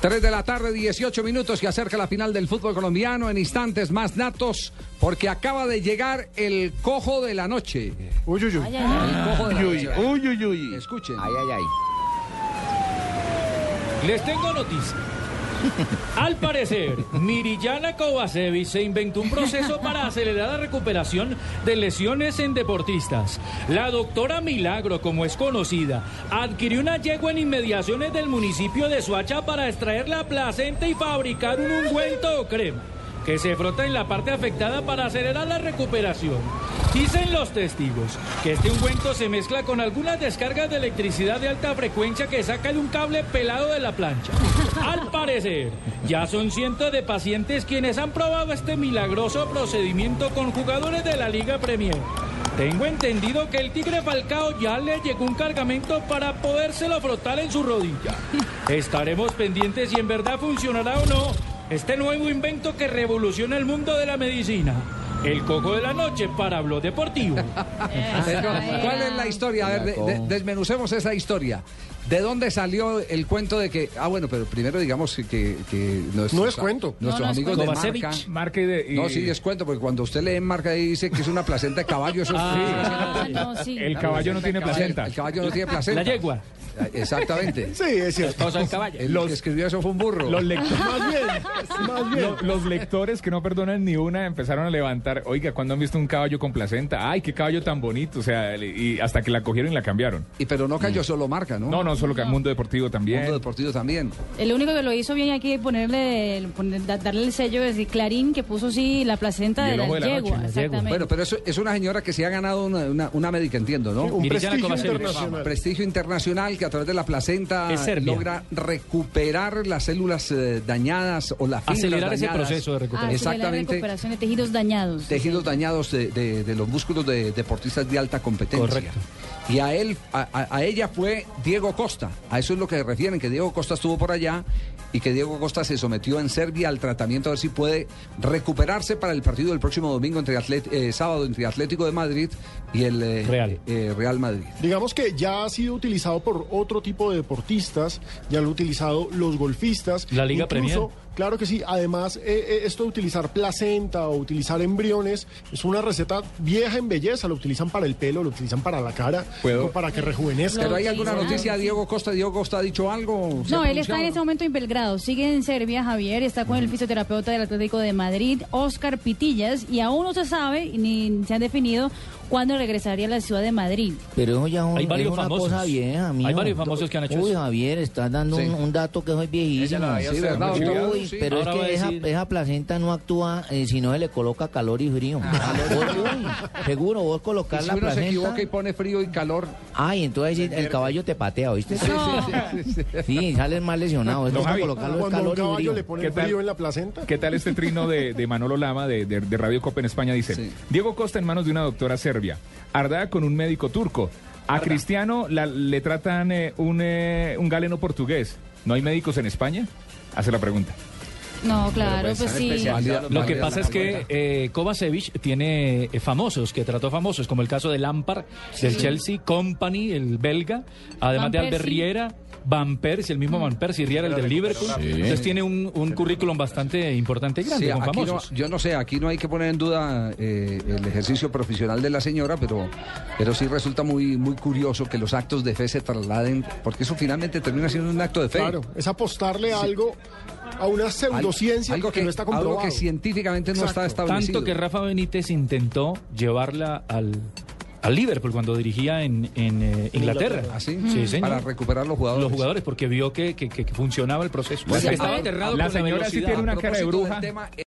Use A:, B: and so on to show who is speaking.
A: 3 de la tarde, 18 minutos, se acerca la final del fútbol colombiano. En instantes más datos, porque acaba de llegar el cojo de la noche.
B: Uy, uy, uy.
A: El cojo de la
B: Uy,
A: noche.
B: uy, uy, uy.
A: Escuchen.
C: Ay, ay, ay.
D: Les tengo noticia. Al parecer, Mirillana Kovacevic se inventó un proceso para acelerar la recuperación de lesiones en deportistas. La doctora Milagro, como es conocida, adquirió una yegua en inmediaciones del municipio de Suacha para extraer la placenta y fabricar un ungüento o crema que se frota en la parte afectada para acelerar la recuperación. Dicen los testigos que este ungüento se mezcla con algunas descargas de electricidad de alta frecuencia que sacan un cable pelado de la plancha. Al parecer, ya son cientos de pacientes quienes han probado este milagroso procedimiento con jugadores de la Liga Premier. Tengo entendido que el Tigre Falcao ya le llegó un cargamento para podérselo frotar en su rodilla. Estaremos pendientes si en verdad funcionará o no este nuevo invento que revoluciona el mundo de la medicina. El coco de la noche para Blog Deportivo.
A: Pero, ¿Cuál es la historia? A ver, de- de- desmenucemos esa historia. ¿De dónde salió el cuento de que.? Ah, bueno, pero primero digamos que. que nuestros-
B: No es cuento.
A: Nuestros amigos de
D: Kovacevic.
A: marca.
E: Marca y de. y-
A: No, sí, es cuento, porque cuando usted lee en marca y dice que es una placenta de caballo, eso es.
D: Ah,
F: no, sí.
E: El caballo no tiene
A: El caballo-
E: placenta.
A: El caballo no tiene placenta.
D: La yegua.
A: Exactamente.
B: Sí, es cierto.
D: Cosa del caballo.
A: El que escribió eso fue un burro.
E: Los lectores.
B: Más bien, más bien.
E: Lo- los lectores que no perdonan ni una empezaron a levantar, oiga, ¿cuándo han visto un caballo con placenta? Ay, qué caballo tan bonito, o sea, le- y hasta que la cogieron y la cambiaron.
A: Y pero no
D: Mm.
A: cayó solo marca, ¿no?
E: No, no, solo que el mundo deportivo también.
A: Mundo deportivo también.
F: El único que lo hizo bien aquí es ponerle, poner- da- darle el sello de Clarín que puso sí la placenta
E: Y el
F: de la
E: ojo de la noche,
F: yegua,
E: la yegua.
F: exactamente.
A: Bueno, pero eso es una señora que se ha ganado una, una, una médica, entiendo, ¿no?
B: Un
D: Mirillana
B: prestigio
D: Kovacevic.
B: internacional.
A: prestigio internacional que a través de la placenta
D: Es Serbia.
A: logra recuperar las células eh, dañadas o las fibras
D: Acelerar ese
A: dañadas.
D: proceso de recuperación.
F: Acelerar
A: Exactamente.
F: recuperación de tejidos dañados.
A: Tejidos dañados de, de- de los músculos de deportistas de alta competencia.
D: Correcto.
A: Y a él, a, a- a ella fue Diego Costa. A eso es lo que refieren, que Diego Costa estuvo por allá y que Diego Costa se sometió en Serbia al tratamiento a ver si puede recuperarse para el partido del próximo domingo entre Atlet- eh, sábado entre Atlético de Madrid y el eh,
D: Real.
A: eh, Real Madrid.
B: Digamos que ya ha sido utilizado por otro tipo de deportistas, ya lo han utilizado los golfistas.
D: La Liga
B: Incluso,
D: Premier.
B: Claro que sí, además eh, eh, esto de utilizar placenta o utilizar embriones es una receta vieja en belleza, lo utilizan para el pelo, lo utilizan para la cara,
E: ¿Puedo?
B: o para que rejuvenezca.
A: ¿Pero hay
F: sí,
A: alguna
F: sí,
A: noticia de
F: ¿eh? sí.
A: Diego Costa? ¿Diego Costa ha dicho algo? ¿Se ha
F: No, él está en
A: pronunciado?
F: este momento en Belgrado, sigue en Serbia, Javier, está con el fisioterapeuta del Atlético de Madrid, Oscar Pitillas, y aún no se sabe ni se han definido cuándo regresaría a la ciudad de Madrid.
C: Pero eso ya es un-
D: Hay varios
C: es una
D: famosos.
C: cosa vieja,
D: Hay
C: mijo.
D: varios famosos que han hecho
C: Uy,
D: eso.
C: Javier, estás dando
A: Sí.
C: un, un dato que soy
A: Ella
C: viejísimo.
A: la veía
C: Sí,
A: hacer
C: ¿verdad,
A: mucho
C: doctor?
A: tiempo,
C: Uy,
A: sí.
C: pero es
D: Ahora va a
C: que esa,
D: decir-
C: esa placenta no actúa eh, si no se le coloca calor y frío.
A: Ah,
C: Uy, uy, seguro, vos
A: Y
C: colocar
A: Si
C: la
A: uno se
C: placenta...
A: equivoca y pone frío y calor.
C: Ay, entonces sí, el caballo te patea, ¿oíste? Sí, sales más lesionado. Es
E: Don
C: para
E: Javi,
C: colocarlo el
B: Cuando a un
C: calor y
B: caballo
C: frío.
B: le
E: ¿Qué
B: ponen
E: tal?
B: frío en la placenta.
E: ¿Qué tal este trino de, de Manolo Lama de, de- de Radio Copa en España? Dice,
A: Sí.
E: Diego Costa en manos de una doctora serbia, Arda con un médico turco, a Cristiano la- le tratan eh, un, eh, un galeno portugués. ¿No hay médicos en España? Hace la pregunta.
F: No, claro, pues sí.
D: Lo que pasa es que eh, Kovacevic tiene eh, famosos, que trató famosos, como el caso de Lampard, del Chelsea, Company, el belga, además
F: Van
D: de Albert
F: Persie.
D: Riera, Van Persie, el mismo Van Persie, Riera, el del Liverpool. Entonces tiene un, un currículum bastante importante y grande
A: Sí,
D: con
A: aquí no,
D: famosos.
A: yo no sé, aquí no hay que poner en duda eh, el ejercicio profesional de la señora, pero, pero sí resulta muy, muy curioso que los actos de fe se trasladen, porque eso finalmente termina siendo un acto de fe.
B: Claro, es apostarle a algo, a una
A: Al-
B: pseudociencia
A: algo
B: que,
A: que,
B: no está comprobado.
A: algo que científicamente no está
B: Exacto.
A: establecido.
D: Tanto que Rafa Benítez intentó llevarla al, al Liverpool cuando dirigía en, en, eh, Inglaterra.
A: Así,
D: Sí, señor.
A: ¿Ah, para recuperar los jugadores.
D: Los jugadores, porque vio que, que- que funcionaba el proceso.
A: Bueno,
D: Estaba
A: a-
D: aterrado
E: la
D: con
E: señora sí
D: velocidad.
E: tiene una
A: A
E: cara de
A: propósito del
E: bruja.
A: tema,